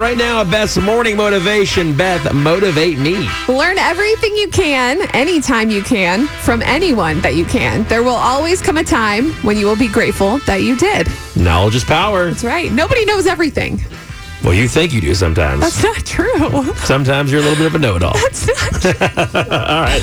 Right now, Beth's morning motivation. Beth, motivate me. Learn everything you can, anytime you can, from anyone that you can. There will always come a time when you will be grateful that you did. Knowledge is power. That's right. Nobody knows everything. Well, you think you do sometimes. That's not true. Sometimes you're a little bit of a know-it-all. That's not true.